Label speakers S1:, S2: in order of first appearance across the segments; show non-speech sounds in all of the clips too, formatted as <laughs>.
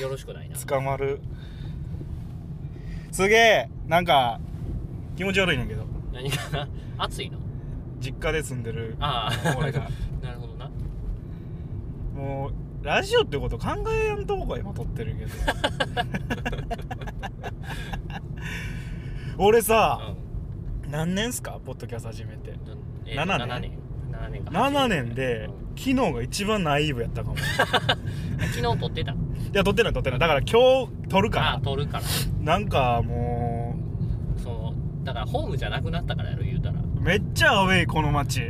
S1: よろしくないな
S2: 捕まるすげえなんか気持ち悪いねんけど
S1: 何 <laughs> か暑いの
S2: 実家で住んでる
S1: あ
S2: 俺が
S1: あ <laughs> なるほどな
S2: もうラジオってこと考えやんとこが今撮っ
S1: <laughs>
S2: てるけど俺さ、
S1: う
S2: 何年っすかポッドキャスト始めて
S1: んなんえー
S2: 7
S1: 7年
S2: 年
S1: 7年か
S2: 7年で
S1: うん
S2: 昨日が一番ナイーブやったかもい
S1: 昨日撮ってた
S2: や撮ってない撮ってないだから今日撮るか
S1: あ
S2: ら
S1: あ撮るから
S2: なんかも
S1: そのだからホームじゃなくなったからやろ言うたら
S2: うめっちゃアウェイこの街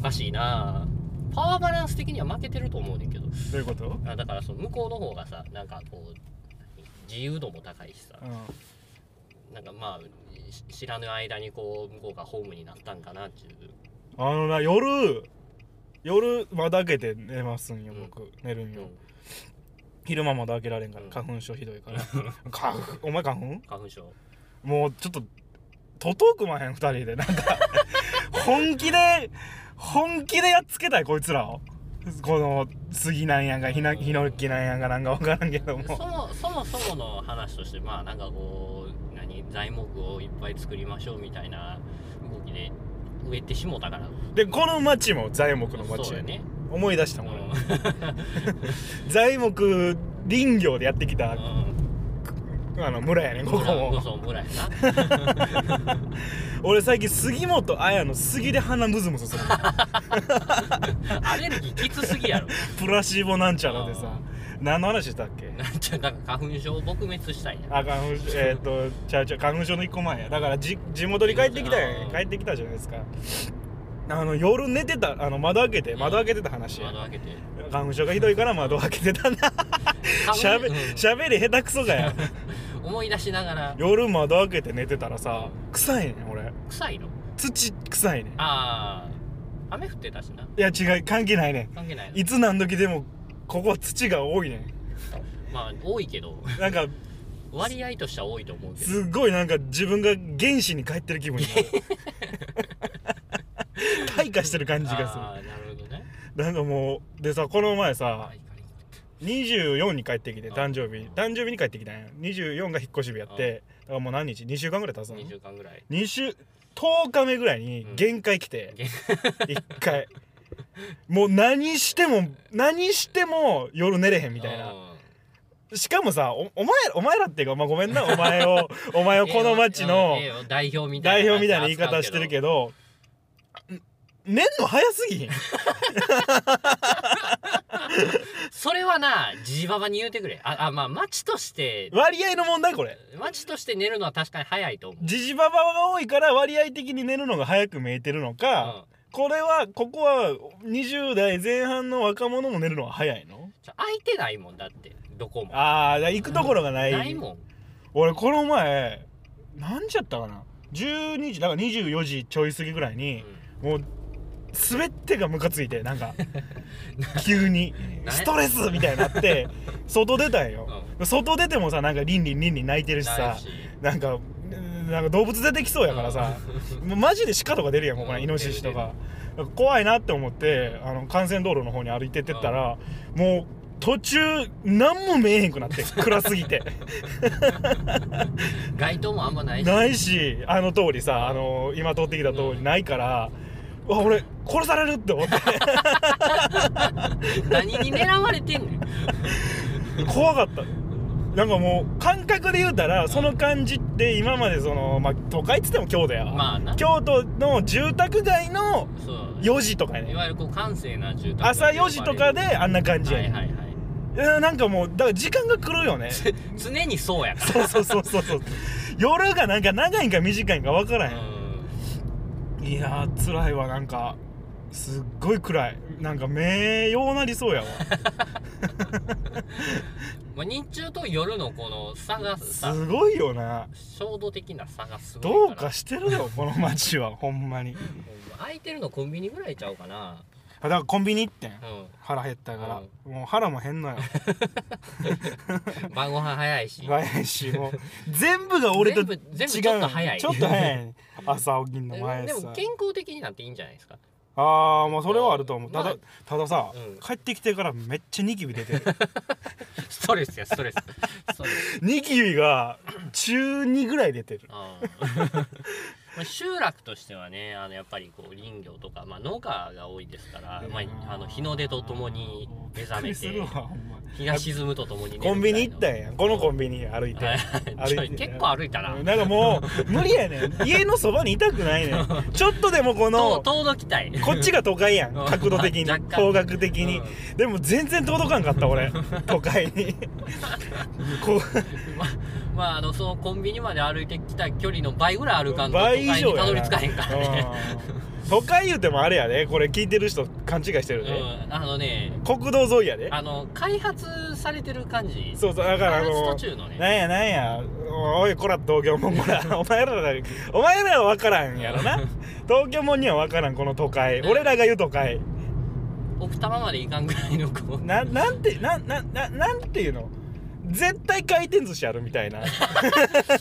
S1: おかしいなあパワーバランス的には負けてると思うねんけど
S2: どうい
S1: <laughs>
S2: うこと、
S1: あだからその向こうの方がさなんかこう何自由度も高いしさ
S2: う、
S1: なんかまあし知らぬ間にこう向こうがホームになったんかなっていうん
S2: あのな夜夜窓開けて寝ますんよ
S1: うん
S2: 僕、寝るんよ、
S1: うん
S2: 昼間窓開けられんから
S1: うん
S2: 花粉症ひどいから <laughs> 花粉お前花粉
S1: 花粉症
S2: もうちょっと徒党組まへん2人でなん
S1: <laughs>
S2: か本気で本気でやっつけたいこいつらをこの杉なんやがひな
S1: うん
S2: ヒノキなんやがなんか分からんけ
S1: そ
S2: ども
S1: もそもそもの話としてまあなんかこう何材木をいっぱい作りましょうみたいな動きで植えてしもたから
S2: でこの町も材木の町
S1: そう
S2: や
S1: や
S2: ね
S1: ね
S2: 思い出し
S1: う
S2: た
S1: ん
S2: もん、俺材木林業でやってきた、あの村やねんここ
S1: うん
S2: も
S1: そうぐらいな
S2: 俺最近杉本彩の杉で鼻ムズムズする
S1: <laughs> アレルギーきつすぎやろ
S2: プラシーボなんちゃらでさ何の話したっけ
S1: なんちゃなんか花粉症撲滅したいな
S2: あ花粉症えーっ、とちゃうちゃう花粉症の一個前やだからじ地元に帰ってきたやん帰ってきたじゃないですかあの夜寝てたあの窓開けて窓開けてた話
S1: 窓開けて
S2: 花粉症がひどいから窓開けてたなしゃべ
S1: うん
S2: しゃべり下手くそ
S1: <laughs>
S2: がや
S1: 思い出しながら
S2: 夜窓開けて寝てたらさ臭いねん俺
S1: 臭いの
S2: 土臭いねんい
S1: ああ雨降ってたしな
S2: や違う関係ないね
S1: 関係ない
S2: ん
S1: の
S2: いつ何時でもここ土が多いねん
S1: まあ多いけど
S2: なんか
S1: 割合としては多いと思うけど
S2: すっごいなんか自分が原始に帰ってる気分にな
S1: <laughs>
S2: る退化してる感じがする
S1: ああなるほどね
S2: なんかもうでさこの前さ
S1: はいはい
S2: 24に帰ってきて
S1: あ
S2: 誕生日誕生日に帰ってきたんや24が引っ越し日やってだからもう何日2週間ぐらい経つの
S1: 2週間ぐらい
S2: 2週10日目ぐらいに
S1: うん
S2: 限界来て、1回もう何しても何しても夜寝れへんみたいなしかもさおお前らお前らっていうか、まあ、ごめんなお前をお前をこの町の
S1: ええよええよ代表みたい
S2: 代
S1: な
S2: 表みたいな言い方してるけどん寝んの早すぎひん
S1: それはなジババに言うてくれああまあ町として
S2: <laughs> 割合の問題これ
S1: 町として寝るのは確かに早いと思う
S2: ジジババが多いから割合的に寝るのが早く見えてるのか、
S1: うん
S2: これはここは20代前半の若者も寝るのは早いの
S1: ちょ空いてないもんだってどこも
S2: ああ行くところがない,、
S1: ないもん
S2: 俺この前何時やったかな12時だから24時ちょい過ぎぐらいに、もう全てがムカついてなん <laughs> か急に
S1: 何
S2: ストレスみたいになって外出たんよ、
S1: う
S2: 外出てもさなんかリンリンリンリン泣いてるし
S1: な
S2: さ
S1: いし
S2: なんかうんなんか動物出てきそうやからさ、もうマジで鹿とか出るやんここ
S1: うん
S2: イノシシとかなんか怖いなって思ってあの幹線道路の方に歩いてってったら、もう途中何も見えへんくな <laughs> って暗すぎて
S1: 街灯もあんまないし
S2: ないしあの通りさあの今通ってきた通りないから、うわ俺殺されるって思って <laughs>
S1: 何に狙われてんのよ
S2: 怖かったなんかもう感覚で言うたらその感じって今までその、まあ、都会っつっても京都やわ、
S1: まあな
S2: 京都の住宅街の
S1: そう
S2: 4時とかやね
S1: いわゆるこう閑静な住宅
S2: 朝4時とか
S1: で
S2: であんな感じ
S1: は
S2: やね
S1: い
S2: ん、
S1: はいはい
S2: いやなんかもうだから時間が来るよね
S1: <laughs> 常にそうやか
S2: そうそうそうそうそう夜がなんか長いんか短いんか分から
S1: ら
S2: へん、
S1: うん
S2: いやー辛いわなんかすっごい暗いなんか目ようなりそうやわ
S1: まあ日中と夜のこの差がさ
S2: すごいよな
S1: 衝動的な差がす
S2: ど
S1: ご
S2: う
S1: いから
S2: かしてるよこの街はほんまに
S1: うん空いてるのコンビニぐらいちゃうかな
S2: あだからコンビニ行ってん
S1: う
S2: 腹減ったから、もう腹も減んのよ
S1: ん晩ご飯早い
S2: <laughs>
S1: し
S2: 早いしもう全部が俺と違う
S1: 全部全部ちょっと早い <laughs>
S2: ちょっと早い朝起きんの
S1: で
S2: 前
S1: も
S2: さ
S1: でも健康的になっていいんじゃないですか
S2: ああまあそれはあると思うただ、
S1: ま
S2: たださ、
S1: うん
S2: 帰ってきてからめっちゃニキビ出
S1: <laughs>
S2: てる
S1: ストレスやストレスストレス
S2: ニキビが中2ぐらい出てる
S1: うんまあ集落としてはねあのやっぱりこう林業とか、まあ、農家が多いですから、まあ、あの日の出とともに目覚め
S2: <laughs> びっくりする
S1: て
S2: わほんま
S1: 日が沈むとともに寝る
S2: コンビニ行ったん
S1: よ
S2: やんこのコンビニ歩いて歩いて
S1: 結構歩いたな
S2: うんなんかもう無理やねん家のそばにいたくない
S1: <laughs>
S2: ねんちょっとでもこ
S1: と
S2: の
S1: 遠のきたい
S2: こっちが都会やん
S1: うん
S2: 角度的に
S1: 若干
S2: 方角的に、
S1: うん
S2: でも全然届かんかった俺都
S1: <laughs>
S2: 会にこう
S1: ままああのそのコンビニまで歩いてきた距離の倍ぐらい歩かんと都
S2: 倍
S1: 会
S2: 以上
S1: にた
S2: やな
S1: どり着かへんからね、
S2: うん都会言うてもあれやでこれ聞いてる人勘違いし
S1: <laughs>
S2: て
S1: う
S2: るで、
S1: ん、あのね
S2: 国道沿いやで
S1: あの開発されてる感じ
S2: そうそうだからあ
S1: 開発
S2: の
S1: 途中のね
S2: なんやなんやおいこら東京もんこら <laughs> お前らだお前らは分からんや
S1: <laughs>
S2: ろな東京もんには分からんこの都会俺らが言う都会
S1: 奥多摩まで行かんぐらいのこう
S2: ななんてななななんていうの絶対回転寿司あるみたいな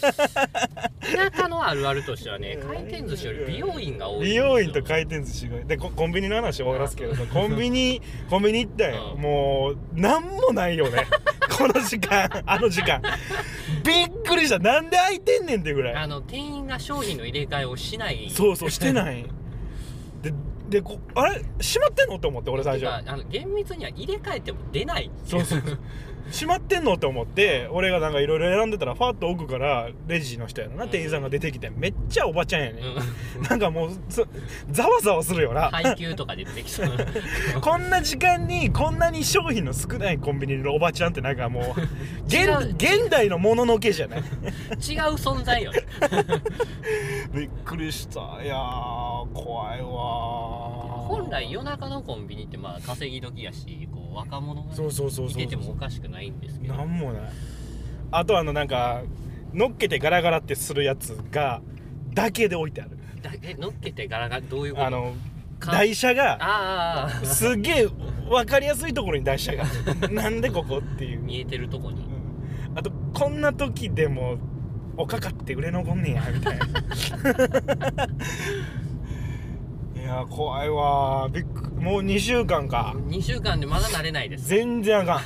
S1: 田舎のあるあるとしてはね回転寿司より美容院が多いんです
S2: 美
S1: よ
S2: 容院と回転寿司がでココンビニの話終わらすけどコン
S1: <laughs>
S2: ビニコンビニ行ったんよ
S1: うん
S2: もうなんもないよね <laughs> この時間あの時間びっくりしたなんで開いてんねんってぐらい
S1: あの店員が商品の入れ替えをしない
S2: そうそうしてないででこあれ閉まってんのって思って俺最
S1: てか
S2: 初
S1: あの厳密には入れ替えても出ない
S2: そうそう
S1: <laughs>
S2: 閉まってんのって思って俺がなんかいろいろ選んでたらファーッと奥からレジの人やろな、
S1: うん
S2: 店員さんが出てきてめっちゃおばちゃんやね、
S1: うん
S2: なんかもうそざわざわするよな、
S1: 配給とかで出てき
S2: <laughs>
S1: そう
S2: こんな時間にこんなに商品の少ないコンビニのおばちゃんってなんかもう <laughs> 現
S1: 違う
S2: 現代のもののけじゃない
S1: 違う存在よね
S2: <laughs> びっくりしたいやー怖いわー
S1: 本来夜中のコンビニってまあ稼ぎ時やしこう若者が
S2: そうそうそう
S1: い
S2: そう
S1: ててもおかしくないんですけど
S2: なんもないあとあのなんか乗っけてガラガラってするやつがだけで置いてある
S1: だえ乗っけてガラガラどういうこと
S2: あの
S1: か
S2: 台車が
S1: あーあー
S2: すげえ分かりやすいところに台車が
S1: <laughs>
S2: なんでここっていう
S1: 見えてるとこに
S2: うんあとこんな時でもおかかって売れ残んねやみたい <laughs> ないや怖いわびっくもう2週間か
S1: 2週間でまだ慣れないです
S2: 全然あ <laughs> かん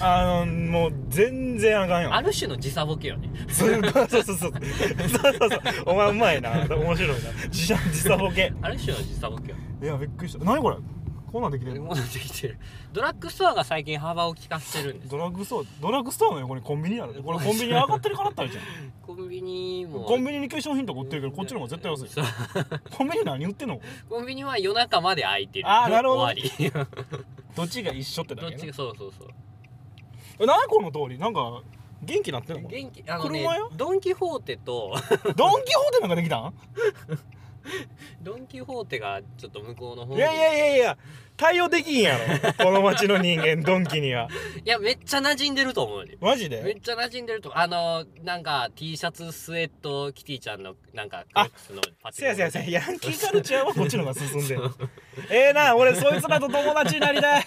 S2: あのもう全然あかんよ
S1: ある種の時差ボケよね
S2: すごいそうそうそうそうそうそうそうお前うまいな面白いな自社自サボケ
S1: ある種の時差ボケよ
S2: いやびっくりした何これこんなんできてる
S1: 戻ってきてるドラッグストアが最近幅を利かせてるんです
S2: ドラッグストアドラッグストアの横にコンビニやろこれコンビニ上がってるからったらいいじ <laughs> ゃん
S1: コンビニも
S2: コンビニに化粧品とか売ってるけどこっちの方が絶対安い
S1: そう
S2: コンビニ何売ってんの
S1: コンビニは夜中まで空いてる
S2: あーなるほど
S1: 終わ
S2: <laughs>
S1: り
S2: どっちが一緒ってだ
S1: どっ
S2: け
S1: ち
S2: ね
S1: がそうそうそう
S2: え何この通りなんか元気なってんのこれ
S1: 元気あのね
S2: 車よ
S1: ドン・キホーテと
S2: ドン・キホーテなんかできたん
S1: ドン・キホーテがちょっと向こうの方
S2: いやいや
S1: い
S2: いやいや対応できんやろこの町の人間 <laughs> ドンキには
S1: やめっちゃ馴染んでると思うね
S2: マジ
S1: め
S2: で
S1: っちゃ馴染んでるとあのなんか T シャツスウェットキティちゃんのなんかクロックスのパ
S2: せやせやせ
S1: や
S2: やヤンキーカルチャーはこっちの方が進んでるええな俺そいつらと友達になり
S1: <laughs>
S2: たい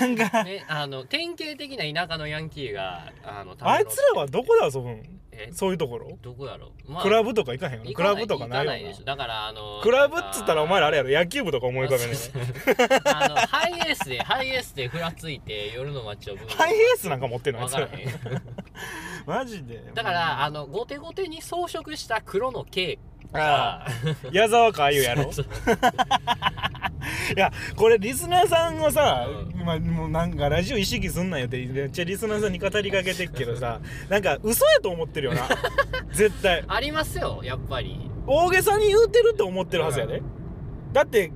S2: なんか
S1: ねあの典型的な田舎のヤンキーがあの
S2: あいつらはどこで遊ぶん
S1: え
S2: そういうところ
S1: どこやろま
S2: クラブとか行かへんよな
S1: 行
S2: ク
S1: か
S2: ラ
S1: ない
S2: ブとかない
S1: 行かない
S2: よ
S1: で
S2: な
S1: しょだからあの
S2: クラブっつったらお前らあ
S1: れ
S2: れやろ野球部とか思い浮かべる
S1: <laughs>
S2: ね
S1: あのハイエースでハイエースでふらついて夜の街をブンブン
S2: ハイエースなんか持ってない
S1: わ
S2: やつ
S1: から
S2: ら
S1: へん
S2: マジで
S1: だからあの後手後手に装飾した黒の K
S2: あ
S1: が
S2: あ矢沢かあゆやろ
S1: <laughs> そう
S2: <laughs> いやこれリスナーさんがさ、
S1: う
S2: まあ、もうなんかラジオ意識すんなよってめっちゃリスナーさんに語りかけてっけどさなんか嘘やと思って
S1: <laughs>
S2: るよな絶対
S1: ありますよやっぱり
S2: 大げさに言うてるって思ってるはずやでだって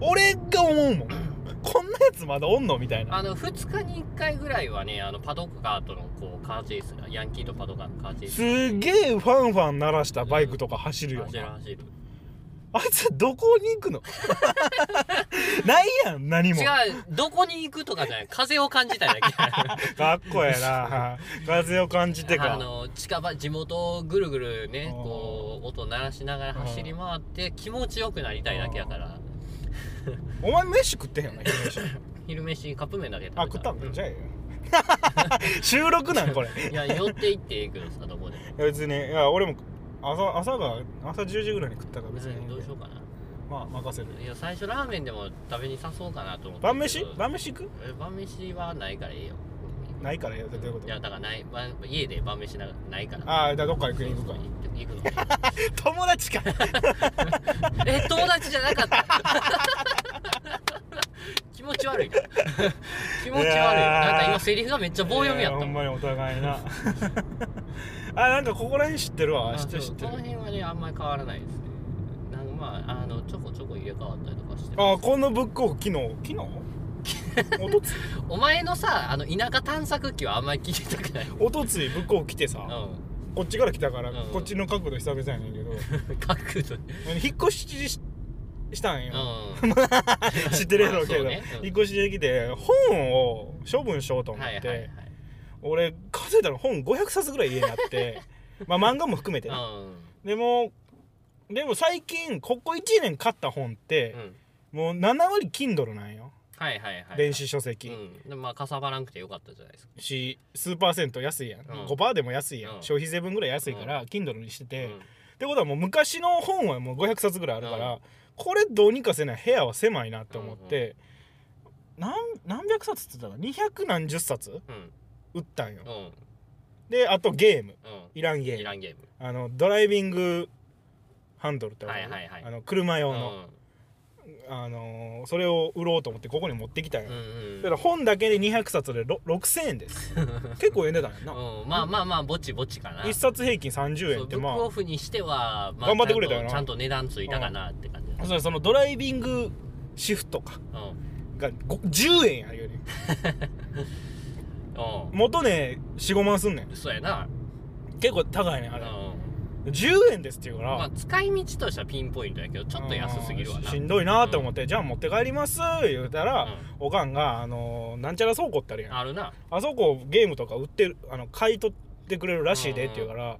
S2: 俺が思うもんこんなやつまだおんのみたいな
S1: あの2日に1回ぐらいはねあのパドッカーとのこうカーチェイスヤンキーとパドッカーのカーチェイス
S2: すげえファンファン鳴らしたバイクとか走るよ
S1: 走る
S2: な
S1: 走る
S2: あいつどこに
S1: <laughs>
S2: 行くのないやん何も
S1: 違うどこに行くとかじゃない風を感じたいだけ
S2: かっこえ
S1: <laughs>
S2: えな風を感じてか
S1: あの近場地元をぐるぐるね
S2: うん
S1: こう音鳴らしながら走り回って気持ちよくなりたいだけやから
S2: お前飯食ってへんよな昼
S1: <laughs>
S2: 飯
S1: 昼飯カップ麺だけ食べた
S2: あ食ったんだじゃあええ <laughs> よ収録なんこれ
S1: うんいや寄って行ってええけどさどこで
S2: 別にいや俺も朝朝が朝10時ぐらいに食ったから別
S1: 別
S2: に
S1: にどうしようかな
S2: まあ任せる
S1: いや最初ラーメンでも食べに誘そうかなと思って
S2: 晩飯晩飯行く
S1: え晩飯はないからええよ
S2: ないからええよどういうこ
S1: い
S2: と
S1: やだからない晩家で晩飯なないから
S2: ああじゃあどっか行く行くか
S1: そうそう行く
S2: 友達か
S1: のえ友達じゃなかった <laughs> 気持ち悪いな気持ち悪い
S2: いやー
S1: なんか今セリフがめっちゃ <laughs> 棒読みやっ
S2: い
S1: た
S2: ほ
S1: も
S2: ん
S1: ん
S2: まにお互いな <laughs> あなんかここら辺知ってるわ
S1: あ
S2: 知ってる知
S1: そ
S2: っ
S1: う
S2: て
S1: こ
S2: る
S1: の辺はねあんまり変わらないですねなんかまああのちょこちょこ入れ替わったりとかして
S2: あこのブックオフ昨日昨
S1: <laughs>
S2: 日おとつい
S1: お前のさあの田舎探索機はあんまり聞いてたくない
S2: おとついブックオフ来てさ、
S1: <laughs> う
S2: こっちから来たから、
S1: うん
S2: こっちの角度久々やねんけど
S1: ん角度
S2: 引っ越しししたんよ、
S1: うん
S2: <laughs> 知ってるやろうけど、
S1: まあそうねうん
S2: 引っ越しできて本を処分しようと思
S1: はい
S2: っ
S1: はい
S2: て、
S1: はい
S2: 俺数えたら本500冊ぐらい家にあって
S1: <laughs>
S2: まあ漫画も含めて
S1: う
S2: ね、
S1: ん
S2: でもでも最近ここ1年買った本って
S1: う、ん
S2: もう7割 Kindle なんよ、
S1: はいはいはい
S2: 電子書籍、
S1: うんでもまあかさばらんくてよかったじゃないですか
S2: し数パーセント安いやん、
S1: うん
S2: 5%でも安いやん、
S1: うん
S2: 消費税分ぐらい安いから、Kindle にしてて、
S1: うん
S2: ってことはもう昔の本はもう500冊ぐらいあるから、
S1: うん
S2: これどうにかせない部屋は狭いなって思って、なん何百冊って言ったら200何十冊
S1: うん
S2: 売ったんよ、
S1: うん
S2: であとゲーム
S1: う
S2: いらんゲ
S1: んい
S2: ー
S1: ら
S2: ム
S1: んゲーム
S2: あのドライビングハンドルってわかる
S1: はいはいはい
S2: あの車用の、
S1: う
S2: あのーそれを売ろうと思ってここに持ってきたんよ、
S1: んうん
S2: だから本だけで200冊でろ6000円です
S1: <laughs>
S2: 結構ええ値段やんな、
S1: うんまあまあまあぼちぼちかな
S2: 1冊平均30円
S1: そう
S2: って
S1: ブッ
S2: ま
S1: クオ
S2: あ
S1: フにしてはまあ
S2: 頑張ってくれたよな
S1: ちゃんとちゃんと値段ついたかなって感じだね
S2: それそのドライビングシフトか
S1: うん
S2: がご10円やるよね
S1: う
S2: 元ね45万すんねん
S1: んそうやな
S2: 結構高いねんあ
S1: う
S2: れ
S1: ん
S2: 10円ですって言うから、
S1: まあ使い道としてはピンポイントやけどちょっと安すぎるわ
S2: あー
S1: な
S2: ししんどいなと思って、じゃあ持って帰ります言うたら、おかんが、あのーなんちゃら倉庫ってある
S1: う
S2: や
S1: ん
S2: ん
S1: あるな
S2: あそこゲームとか売ってるあの買い取ってくれるらしいでって言うから、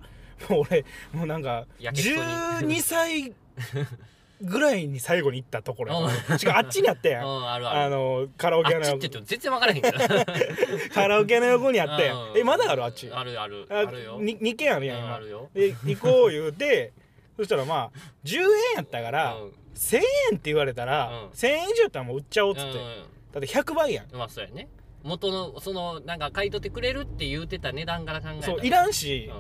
S2: もう俺もうなんか
S1: やけくそに
S2: 12歳ぐらいに最後に行ったところやか
S1: う
S2: らしかもあっちにあったやん、
S1: うんあるあ
S2: あ
S1: る
S2: のーカラオケ
S1: あっ
S2: の
S1: ちって言っても全然分からへんけど
S2: カラオケの横にあったやん、
S1: うん
S2: えまだあるあっち
S1: あるあるあ
S2: あ
S1: るよ
S2: に2軒ある
S1: う
S2: やん
S1: ん
S2: 今
S1: あるよ
S2: で行こう言うてそしたらまあ10円やったから、
S1: うん
S2: 1,000円って言われたら、
S1: うん
S2: 1,000円以上やったらもう売っちゃおうっつって、
S1: う
S2: だ
S1: ん
S2: って100倍やん、
S1: うんまあそうやね元のそのなんか買い取ってくれるって言うてた値段から考えたら
S2: そういらんし、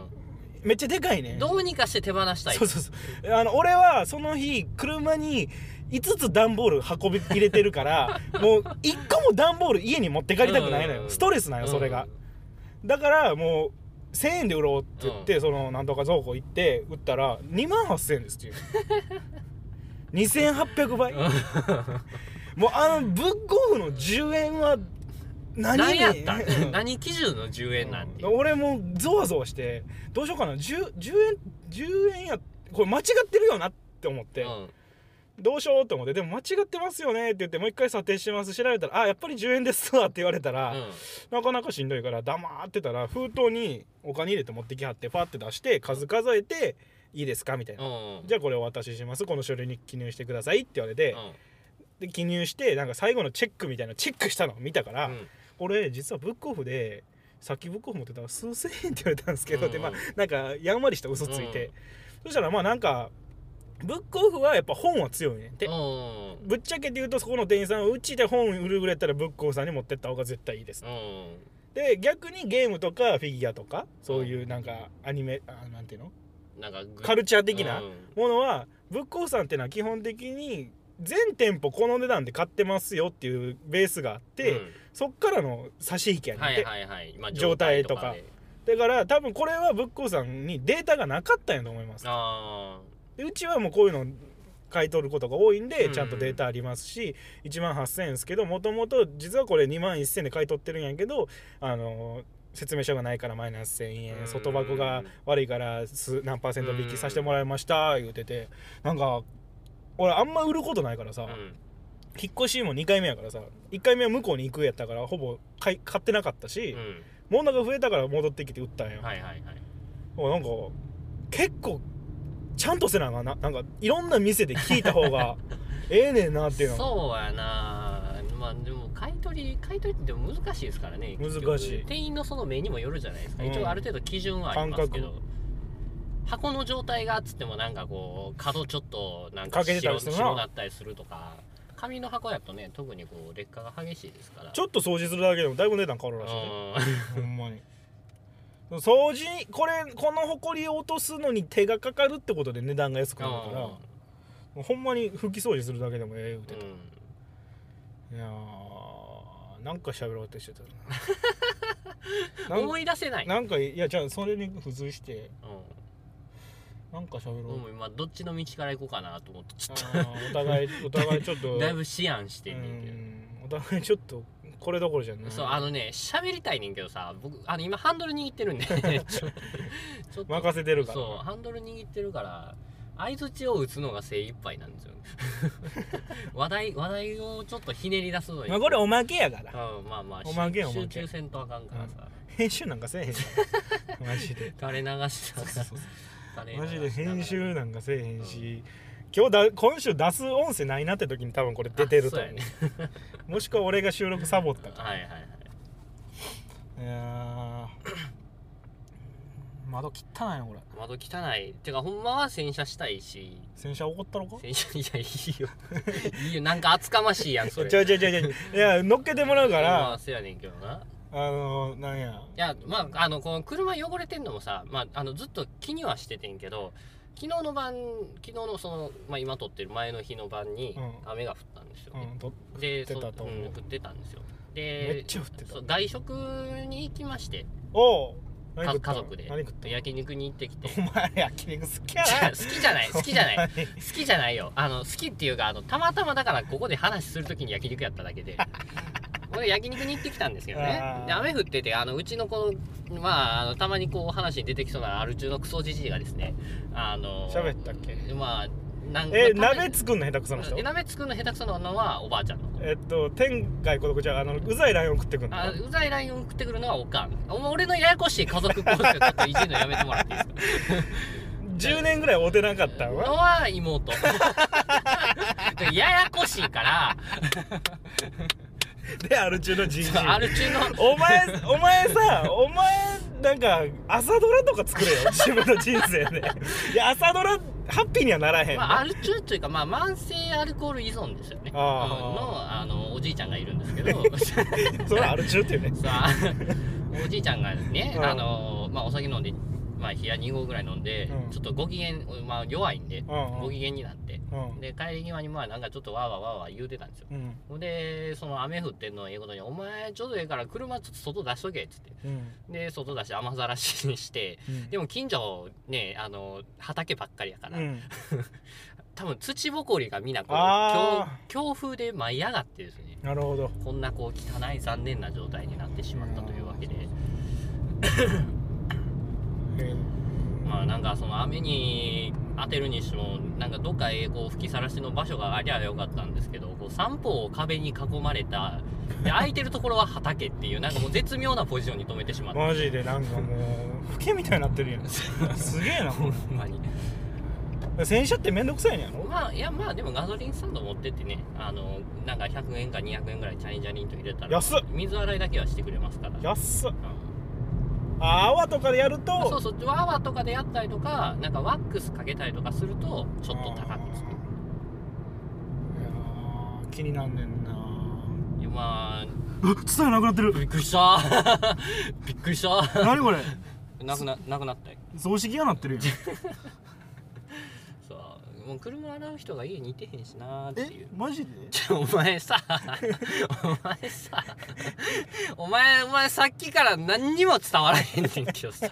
S2: めっちゃでかいね
S1: うんんどうにかして手放したい
S2: そうそうそうあの俺はその日車に5つ段ボール運び入れてるからもう1個も段ボール家に持って帰りたくないの
S1: うんうんう
S2: よ
S1: ん
S2: ストレスなんよそれが、だからもう1,000円で売ろうって言って、そのなんとか倉庫行って売ったら2万8,000円で
S1: <laughs>
S2: すっていう2800倍
S1: うん
S2: もうあのブックオフの10円は何
S1: 何
S2: に
S1: や
S2: <laughs>
S1: ったん何基準の10円なんていう
S2: 俺もうゾワゾワしてどうしようかな 10, 10円10円やこれ間違ってるよなって思って、
S1: うん
S2: どうしようって思ってでも間違ってますよねって言ってもう一回査定します調べたら「あやっぱり10円ですわ」って言われたら、
S1: うん
S2: なかなかしんどいから黙ってたら封筒にお金入れて持ってきはってパッて出して数数えて「いいですか?」みたいな。
S1: うん
S2: じゃあこれお渡ししますこの書類に記入してくださいって言われて、
S1: うん
S2: で記入してなんか最後のチェックみたいなチェックしたの見たから、
S1: うん
S2: 俺実はブックオフでさっきブックオフ持ってたら数千円って言われたんですけど、
S1: うん
S2: でまあなんかやんわりした嘘ついて、そしたらまあなんかブックオフはやっぱ本は強いねんて、
S1: うん
S2: ぶっちゃけて言うとそこの店員さんはうちで本売るぐらいやったらブックオフさんに持ってった方が絶対いいです、
S1: うん
S2: で逆にゲームとかフィギュアとかそういうなんかアニメあなんていうの
S1: なんかグ
S2: カルチャー的な
S1: うん
S2: ものはブックオフさんっていうのは基本的に全店舗この値段で買ってますよっていうベースがあって、そっからの差し引きや
S1: う
S2: ね
S1: ん
S2: んて、
S1: はいはいはいまあ
S2: 状態とか
S1: で
S2: だから多分これはブックオフさんにデータがなかったんやと思います
S1: あ
S2: でうちはもうこういうの買い取ることが多いんで、
S1: うん
S2: ちゃんとデータありますし1万8,000円ですけどもともと実はこれ2万1,000円で買い取ってるんやけどあの説明書がないからマイナス1,000円、
S1: うん
S2: 外箱が悪いから数何パーセント引きさせてもらいました、言うててなんか俺あんま売ることないからさ、
S1: あうん
S2: 引っ越しも2回目やからさ1回目は向こうに行くやったからほぼ買い買ってなかったし、
S1: うん
S2: 物が増えたから戻ってきて売ったんよ。
S1: はいはいはい
S2: おなんか結構ちゃんとせなあかんななんかいろんな店で聞いた
S1: <laughs>
S2: 方がええねんなっていうの
S1: そうやなまあでも買い取り買い取りってでも難しいですからね結局
S2: 難しい
S1: 店員のその目にもよるじゃないですか、
S2: うん
S1: 一応ある程度基準はありますけど箱の状態がっつってもなんかこう角ちょっとなんか
S2: 欠けてたりするな
S1: 白だったりするとか紙の箱やとね特にこう劣化が激しいですから
S2: ちょっと掃除するだけでもだいぶ値段変わるらしいね
S1: う
S2: ほんまに掃除にこれこのほこりを落とすのに手がかかるってことで値段が安くなるか
S1: ん
S2: らほんまに拭き掃除するだけでもええ言うて
S1: う
S2: た、
S1: ん
S2: いやーなんか喋ろうとしてた
S1: <laughs>
S2: ななん
S1: 思い出せない
S2: なんかいやじゃあそれに付随して
S1: う
S2: なんか喋ろ
S1: ん、
S2: う、
S1: もう今どっちの道から行こうかなと思ってちょっ
S2: あーお
S1: <laughs>
S2: 互いお互いちょっ
S1: と
S2: と
S1: だいぶ思案して
S2: うん
S1: ねんけど
S2: んお互いちょっとこれどころじゃない
S1: そうあのね喋りたいねんけどさ僕あの今ハンドル握って
S2: <laughs>
S1: るんでちょちょっと
S2: 任せてるから
S1: そうハンドル握ってるから相槌を打つのが精一杯なんです
S2: <laughs>
S1: よ話題話題をちょっとひねり出すのに
S2: まあこれおまけやから
S1: うん、まあまあ
S2: おまけ
S1: 集
S2: おまけ
S1: 集中せんとあかんからさ、
S2: 編集なんかせえへん
S1: <laughs>
S2: からマジで
S1: 垂れ流しながら垂れ流しながら
S2: マジで編集なんかせえへんし、今日だ今週出す音声ないなって時に多分これ出てると思う
S1: あそうやね
S2: もしくは俺が収録サボったか
S1: はいはいはい
S2: らいやー窓汚いなこれ
S1: 窓汚いてかほんまは洗車したいし
S2: 洗車怒ったろか
S1: 洗車いやいい
S2: <laughs>
S1: よいいよなんか厚かましいやんそれ
S2: ちゃうちゃうちゃ
S1: <laughs>
S2: うちゃういや乗っけてもらうか
S1: まあ
S2: ら
S1: せやねんけどな
S2: あのなんや
S1: いやまああのこの車汚れてんのもさ、まあ、あのずっと気にはしててんけど昨日の晩昨日のその、まあ、今撮ってる前の日の晩に
S2: うん
S1: 雨が降ったんですよ、
S2: うんと
S1: で
S2: 降ってた
S1: そ
S2: と
S1: う
S2: 思うん
S1: 降ってたんですよで
S2: めっちゃ降ってた
S1: そう外食に行きまして
S2: おう何
S1: か
S2: 食った
S1: 家族で
S2: 何食った
S1: 焼肉に行ってきて
S2: お前焼肉好きや
S1: 違 <laughs>
S2: な
S1: う好きじゃない好きじゃ
S2: <laughs>
S1: ない
S2: い
S1: 好きじゃないよあの好きっていうかあのたまたまだからここで話するときに焼肉やっただけ
S2: <laughs>
S1: で俺焼肉に行ってきたんですけどね
S2: あー
S1: で雨降っててあのうちのこのまああのたまにこう話に出てきそうなアル中のクソじじいがですねあの
S2: 喋ったっけ
S1: まあなん
S2: え
S1: まあたま
S2: 鍋作んの下手くそな人
S1: え鍋作るの下手くそなのはおばあちゃんの
S2: えっと天外孤独じゃああのうざいライオン食ってくんの
S1: あうざい LINE を送ってくるのはおかんお前俺のややこしい家族構成ちょっといじるのやめてもらっていいですか
S2: 10年ぐらい会うてなかったん
S1: の
S2: わ
S1: は妹 <laughs> ややこしいから
S2: でアル中のじじい
S1: アル中の
S2: お前お前さお前なんか朝ドラとか作れよ自分の人生でいや朝ドラハッピーにはならへん、
S1: まあ、アル中というか、まあ、慢性アルコール依存ですよね。
S2: あ
S1: のあのおじいちゃんがいるんです
S2: <laughs>
S1: けど
S2: それはアル中っていうね
S1: さあおじいちゃんがね、
S2: うん
S1: あのまあ、お酒飲んで、まあ、冷や2合ぐらい飲んで、
S2: うん
S1: ちょっとご機嫌、まあ、弱いんで、 <laughs>
S2: うん
S1: ご機嫌になって
S2: うん
S1: で帰り際にまあなんかちょっとわーわーわーわー言うてたんですよ。
S2: うん
S1: ほんでその雨降ってんのをええことに「お前ちょうどええから車ちょっと外出しとけ」っつって
S2: うん
S1: で外出して雨ざらしにして
S2: うん
S1: でも近所ねあの畑ばっかりやから、
S2: うん
S1: 多分土ぼこりがみんなこう強
S2: あ
S1: 強風で舞い上がってですね
S2: なるほど
S1: こんなこう汚い残念な状態になってしまったというわけで
S2: え
S1: まあなんかその雨に当てるにしてもなんかどっかへこう吹きさらしの場所がありゃよかったんですけどこう三方を壁に囲まれたで空いてるところは畑っていうなんかもう絶妙なポジションに止めてしま
S2: ー <laughs>
S1: った
S2: マジでなんかもう老けみたいになってるやんすげえな
S1: ほんまに
S2: 洗車ってめんどくさいんやろ
S1: まあいやまあでもガソリンスタンド持ってってねあのなんか100円か200円ぐらいチャリンチャリンと入れたら
S2: 安っ
S1: 水洗いだけはしてくれますから。
S2: 安っ
S1: うん
S2: あ泡とかでやると
S1: そうそうワーワーとかでやったりとかなんかワックスかけたりとかするとちょっと高くつく
S2: いやー気になんねんない
S1: やまあ
S2: あ伝えなくなってる
S1: びっくりした <laughs> びっくりした
S2: 何これ
S1: なくななくなったよ
S2: 葬式屋な <laughs> ってるやん
S1: さあもう車洗う人が家にいてへんしなーっていう
S2: マジで
S1: ちょお前さお前さお前お前さっきから何にも伝わらへんねんけど <laughs> さ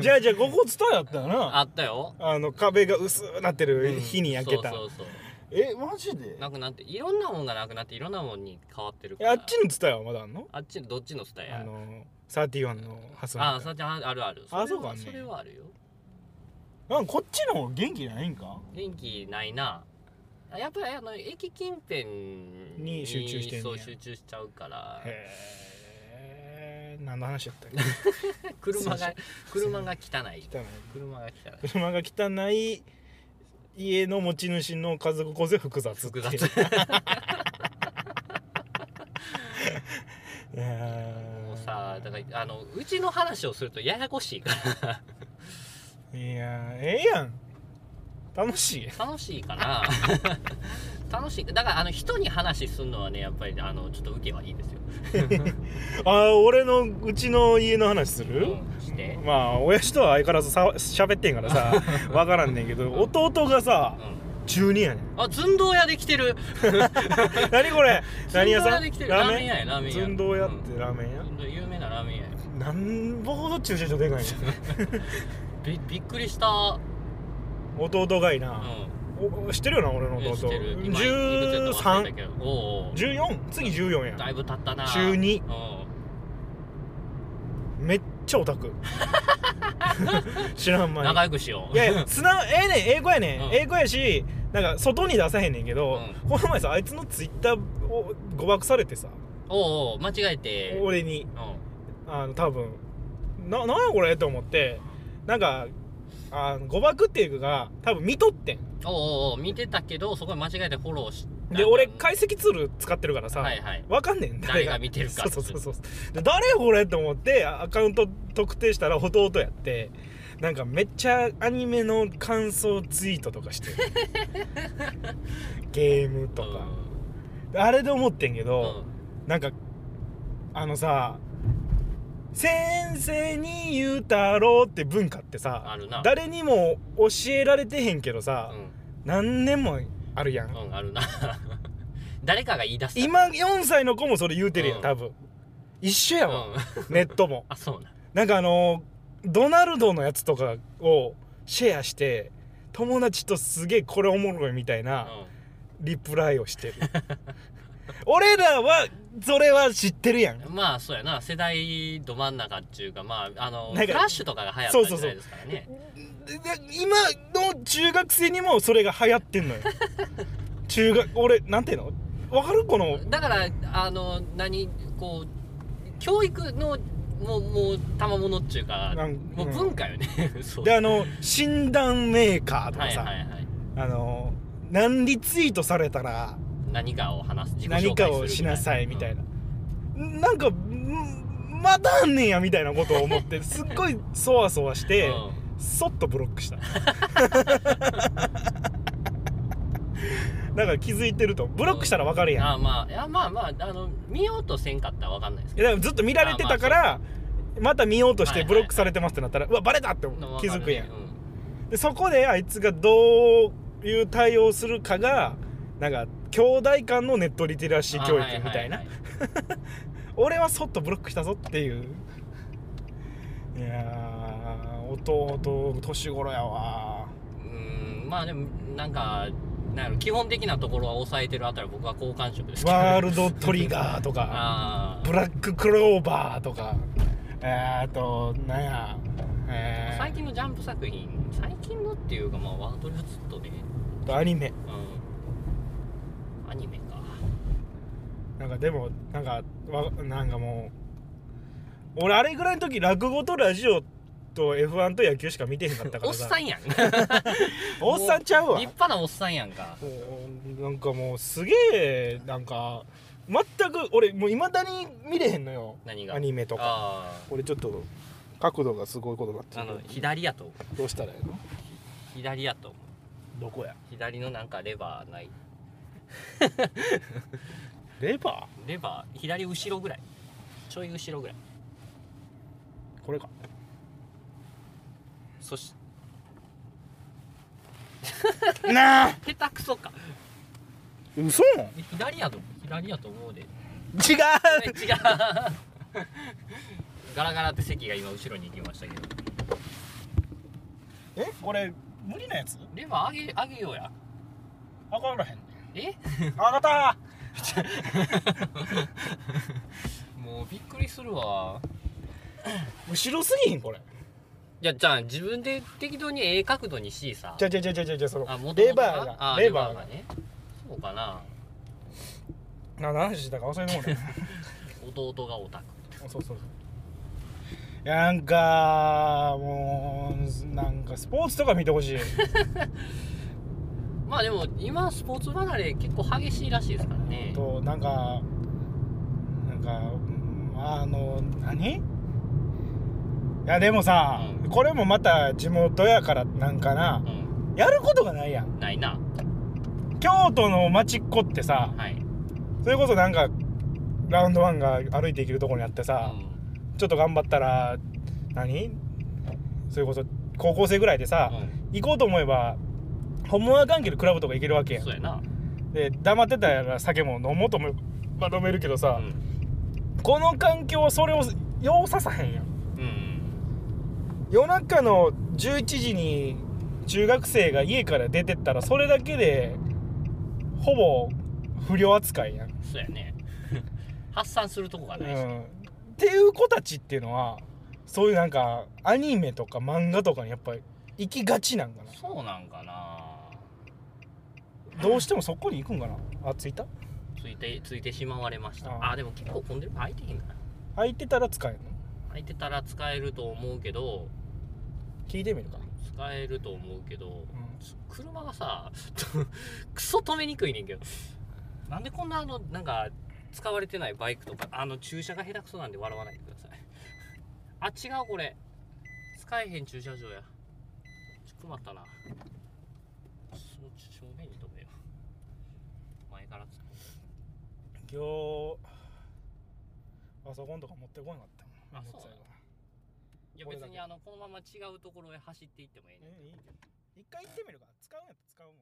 S2: じゃあじゃあここ伝えやったよな
S1: あったよ
S2: あの壁が薄くなってる日に焼けた、
S1: そうそうそう
S2: えマジで
S1: なくなっていろんなもんがなくなっていろんなもんに変わってるか
S2: え
S1: ら
S2: あっちの伝えはまだあんの
S1: あっちのどっちの伝えや
S2: あの31のハス
S1: ああ、さちゃんあるある。
S2: あ
S1: れ
S2: そうか
S1: は
S2: ね
S1: それはあるよ。
S2: なんかこっちの方元気ないんか
S1: 元気ないな。あやっぱりあの駅近辺
S2: に集中してんねや
S1: そう集中しちゃうから。
S2: へえ何の話やったっけ
S1: 車
S2: そ
S1: が車が汚い。
S2: 汚い
S1: 車が汚い。
S2: 車が汚い家の持ち主の家族構成複雑ってい
S1: 複
S2: う
S1: 雑。
S2: <laughs> いやー <laughs>
S1: もうさ、だからあのうちの話をするとややこしいから。
S2: いいやーええやん楽しい
S1: 楽しいか
S2: <laughs>
S1: な楽しいだからあの人に話すんのはねやっぱりあのちょっと受けはいいですよ、
S2: あー俺のうちの家の話する、
S1: うんして、
S2: まあ親父とは相変わらずさ喋ってんか
S1: <laughs>
S2: らさわからんねんけど弟がさ
S1: う
S2: 中2やねん <laughs>
S1: ん、あ寸胴屋できてる
S2: 何
S1: <laughs>
S2: これ何屋さ
S1: 寸胴屋できて
S2: ん
S1: るラーメン屋やラーメン屋
S2: 寸胴屋ってラーメン屋、
S1: 寸胴有名なラーメン屋や
S2: なんぼほど駐車場でかいね
S1: <laughs> びびっくりした、
S2: ん弟がいうな、
S1: ん
S2: お知ってるよな俺の
S1: え知
S2: 弟
S1: ってる今いくつやったか忘れたけどおうおう
S2: 1314次14や
S1: だいぶ経ったな
S2: 中二
S1: うん
S2: めっちゃ
S1: <laughs>
S2: オタク知らん前に
S1: 仲良くしよう
S2: いやいやつなええねん英語やねん、
S1: うん
S2: 英語やしなんか外に出さへんねんけど、
S1: う
S2: この前さあいつのツイッターを誤爆されてさ
S1: <laughs> おうおう間違えて
S2: 俺に
S1: う
S2: あの多分ななんやこれと思ってなんかあの誤爆っていうか多分見とってん
S1: んおうおうおう見てたけどそこに間違えてフォローし
S2: で俺
S1: か
S2: 解析ツール使ってるからさ、
S1: はいはい
S2: わかんねん
S1: 誰が見てるか
S2: そうそうそうそうで誰これと思ってアカウント特定したら弟やってなんかめっちゃアニメの感想ツイートと
S1: <laughs>
S2: かしてるゲームとか、あれで思ってんけ
S1: うん
S2: ど、なんかあのさ「先生に言うたろう」って文化って
S1: あ
S2: さ
S1: るな
S2: 誰にも教えられてへんけどさ、
S1: う
S2: 何年もあるやん、
S1: ん、うん、あるな <laughs> 誰かが言い出した
S2: 今4歳の子もそれ言うてるやん、
S1: うん
S2: 多分一緒やわ、
S1: うん
S2: ネットも
S1: あそうな
S2: なんかあのドナルドのやつとかをシェアして友達とすげえこれおもろいみたいなリプライをしてる <laughs> 俺らはそれは知ってるやん
S1: うん、まあそうやな世代ど真ん中っていうかまああの
S2: なん
S1: フ
S2: か
S1: ラッシュとかが流行った時代ですからね
S2: で今の中学生にもそれが流行ってんの
S1: <laughs>
S2: よ中学俺なんていうのわかるこの
S1: だからあの何こう教育のもうもう賜物っていうか
S2: なん
S1: もう文化よね、 <laughs> そう
S2: であの診断メーカーと
S1: は
S2: か
S1: い
S2: さ、
S1: はいはい
S2: あの何リツイートされたら
S1: 何かを話す自己紹介する
S2: 何かをしなさいみたいな、なんかんまだあんねんやみたいなことを思って
S1: <laughs>
S2: すっごいそわそわして、
S1: うん
S2: そっとブロックした
S1: <laughs>
S2: なんか気づいてるとブロックしたらわかるやん、
S1: あまあいやまあまああの見ようとせんかったら分かんないです
S2: い
S1: け
S2: やでもずっと見られてたから、また見ようとし
S1: はい
S2: て
S1: はい
S2: ブロックされてますってなったら、うわバレたって
S1: ど
S2: 気づくやん
S1: わかるね
S2: でそこであいつがどういう対応するかがなんか兄弟間のネットリテラシー教育みたい
S1: あ
S2: な
S1: ははは
S2: 俺はそっとブロックしたぞっていういやー弟年頃や
S1: <laughs>
S2: わ
S1: うんまあでもなんかなんやろ基本的なところは抑えてるあたりは僕は好感触ですけど
S2: ワールドトリガーとか
S1: <laughs> あ
S2: ブ
S1: あ
S2: ラッククローバーとかえーあとなんやえ
S1: 最近のジャンプ作品最近のっていうかまあワードリはずっとね、
S2: ーあとアニメ
S1: うん、アニメか
S2: なんかでもなんかわなんかもう俺あれぐらいの時落語とラジオと F1 と野球しか見てへんかったか
S1: お
S2: ら
S1: っ
S2: さ
S1: さんやん立
S2: おっさんちゃうわ
S1: 派なおっさんやんか
S2: もうなんかもうすげえなんか全く俺もういまだに見れへんのよ
S1: 何が
S2: アニメとか
S1: あ
S2: 俺ちょっと角度がすごいことになって
S1: ああの
S2: るけど
S1: 左やと
S2: どうしたらいいの
S1: 左やと思う
S2: どこや
S1: 左のなんかレバーない
S2: レバ
S1: レバー左後ろぐらいちょい後ろぐらい
S2: ーこれか
S1: そし
S2: <laughs> なあ
S1: 下手くそか
S2: 嘘
S1: 左やと左やと思うで違う
S2: 違う
S1: ガラガラって席が今後ろに行きましたけど
S2: <laughs> えこれ無理なやつ
S1: レバー上げ上げようや
S2: 分からへん
S1: え
S2: あがた
S1: <laughs> もうびっくりするわ
S2: 後ろすぎひんこれ
S1: いやじゃあ自分で適当にええ角度にしさ
S2: じゃじゃじゃじゃじゃじゃその
S1: あ元々
S2: レバー
S1: あ
S2: がレバーが
S1: ねそうかな
S2: な何してたか忘れてもうね
S1: 弟がオタク
S2: そうそうそういやなんかもうなんかスポーツとか見てほしい
S1: まあでも今スポーツ離れ結構激しいらしいですからね
S2: となんかなんかうんあの何いやでもさ、
S1: うん
S2: これもまた地元やからなんかな
S1: う
S2: やることがないやん
S1: んないな
S2: 京都の町っ子ってさ
S1: はい
S2: それこそなんかラウンドワンが歩いていけるところにあってさ、
S1: うん
S2: ちょっと頑張ったら何それこそ高校生ぐらいでさ、行こうと思えば本物は関係のクラブとか行けるわけ
S1: う
S2: や
S1: んそうやな、
S2: んで黙ってたら酒も飲もうと思えば飲めるけど
S1: う
S2: さ、
S1: ん
S2: この環境はそれをようささへんやん
S1: うん
S2: 夜中の11時に中学生が家から出てったらそれだけでほぼ不良扱いやん、
S1: そうやね発散するとこが
S2: う
S1: ないし、
S2: ん、っていう子たちっていうのはそういうなんかアニメとか漫画とかにやっぱり行きがちなんか
S1: そうなんかな
S2: などうしてもそこに行くんかなあ着いた
S1: ついてついてしまわれました
S2: あ
S1: あでも結構混んでる空いてへんかな
S2: 空いてたら使えるの
S1: 空いてたら使えると思うけど
S2: 聞いてみるか、
S1: 使えると思うけど
S2: うん
S1: つ車がさ <laughs> クソ止めにくいねんけどなんでこんなあのなんか使われてないバイクとかあの駐車が下手くそなんで笑わないでく <laughs> ださいあ違うこれ使えへん駐車場やちょ困ったなその正面に止めよう前から突っ
S2: 今日パソコンとか持ってこなかった
S1: あ
S2: もんめんどくさい
S1: そうな
S2: から
S1: いや
S2: これだ
S1: 別
S2: け
S1: にあのこのまま違うところへ走っていってもええねん
S2: えいいけど一回行ってみるか使うんやったら使うもん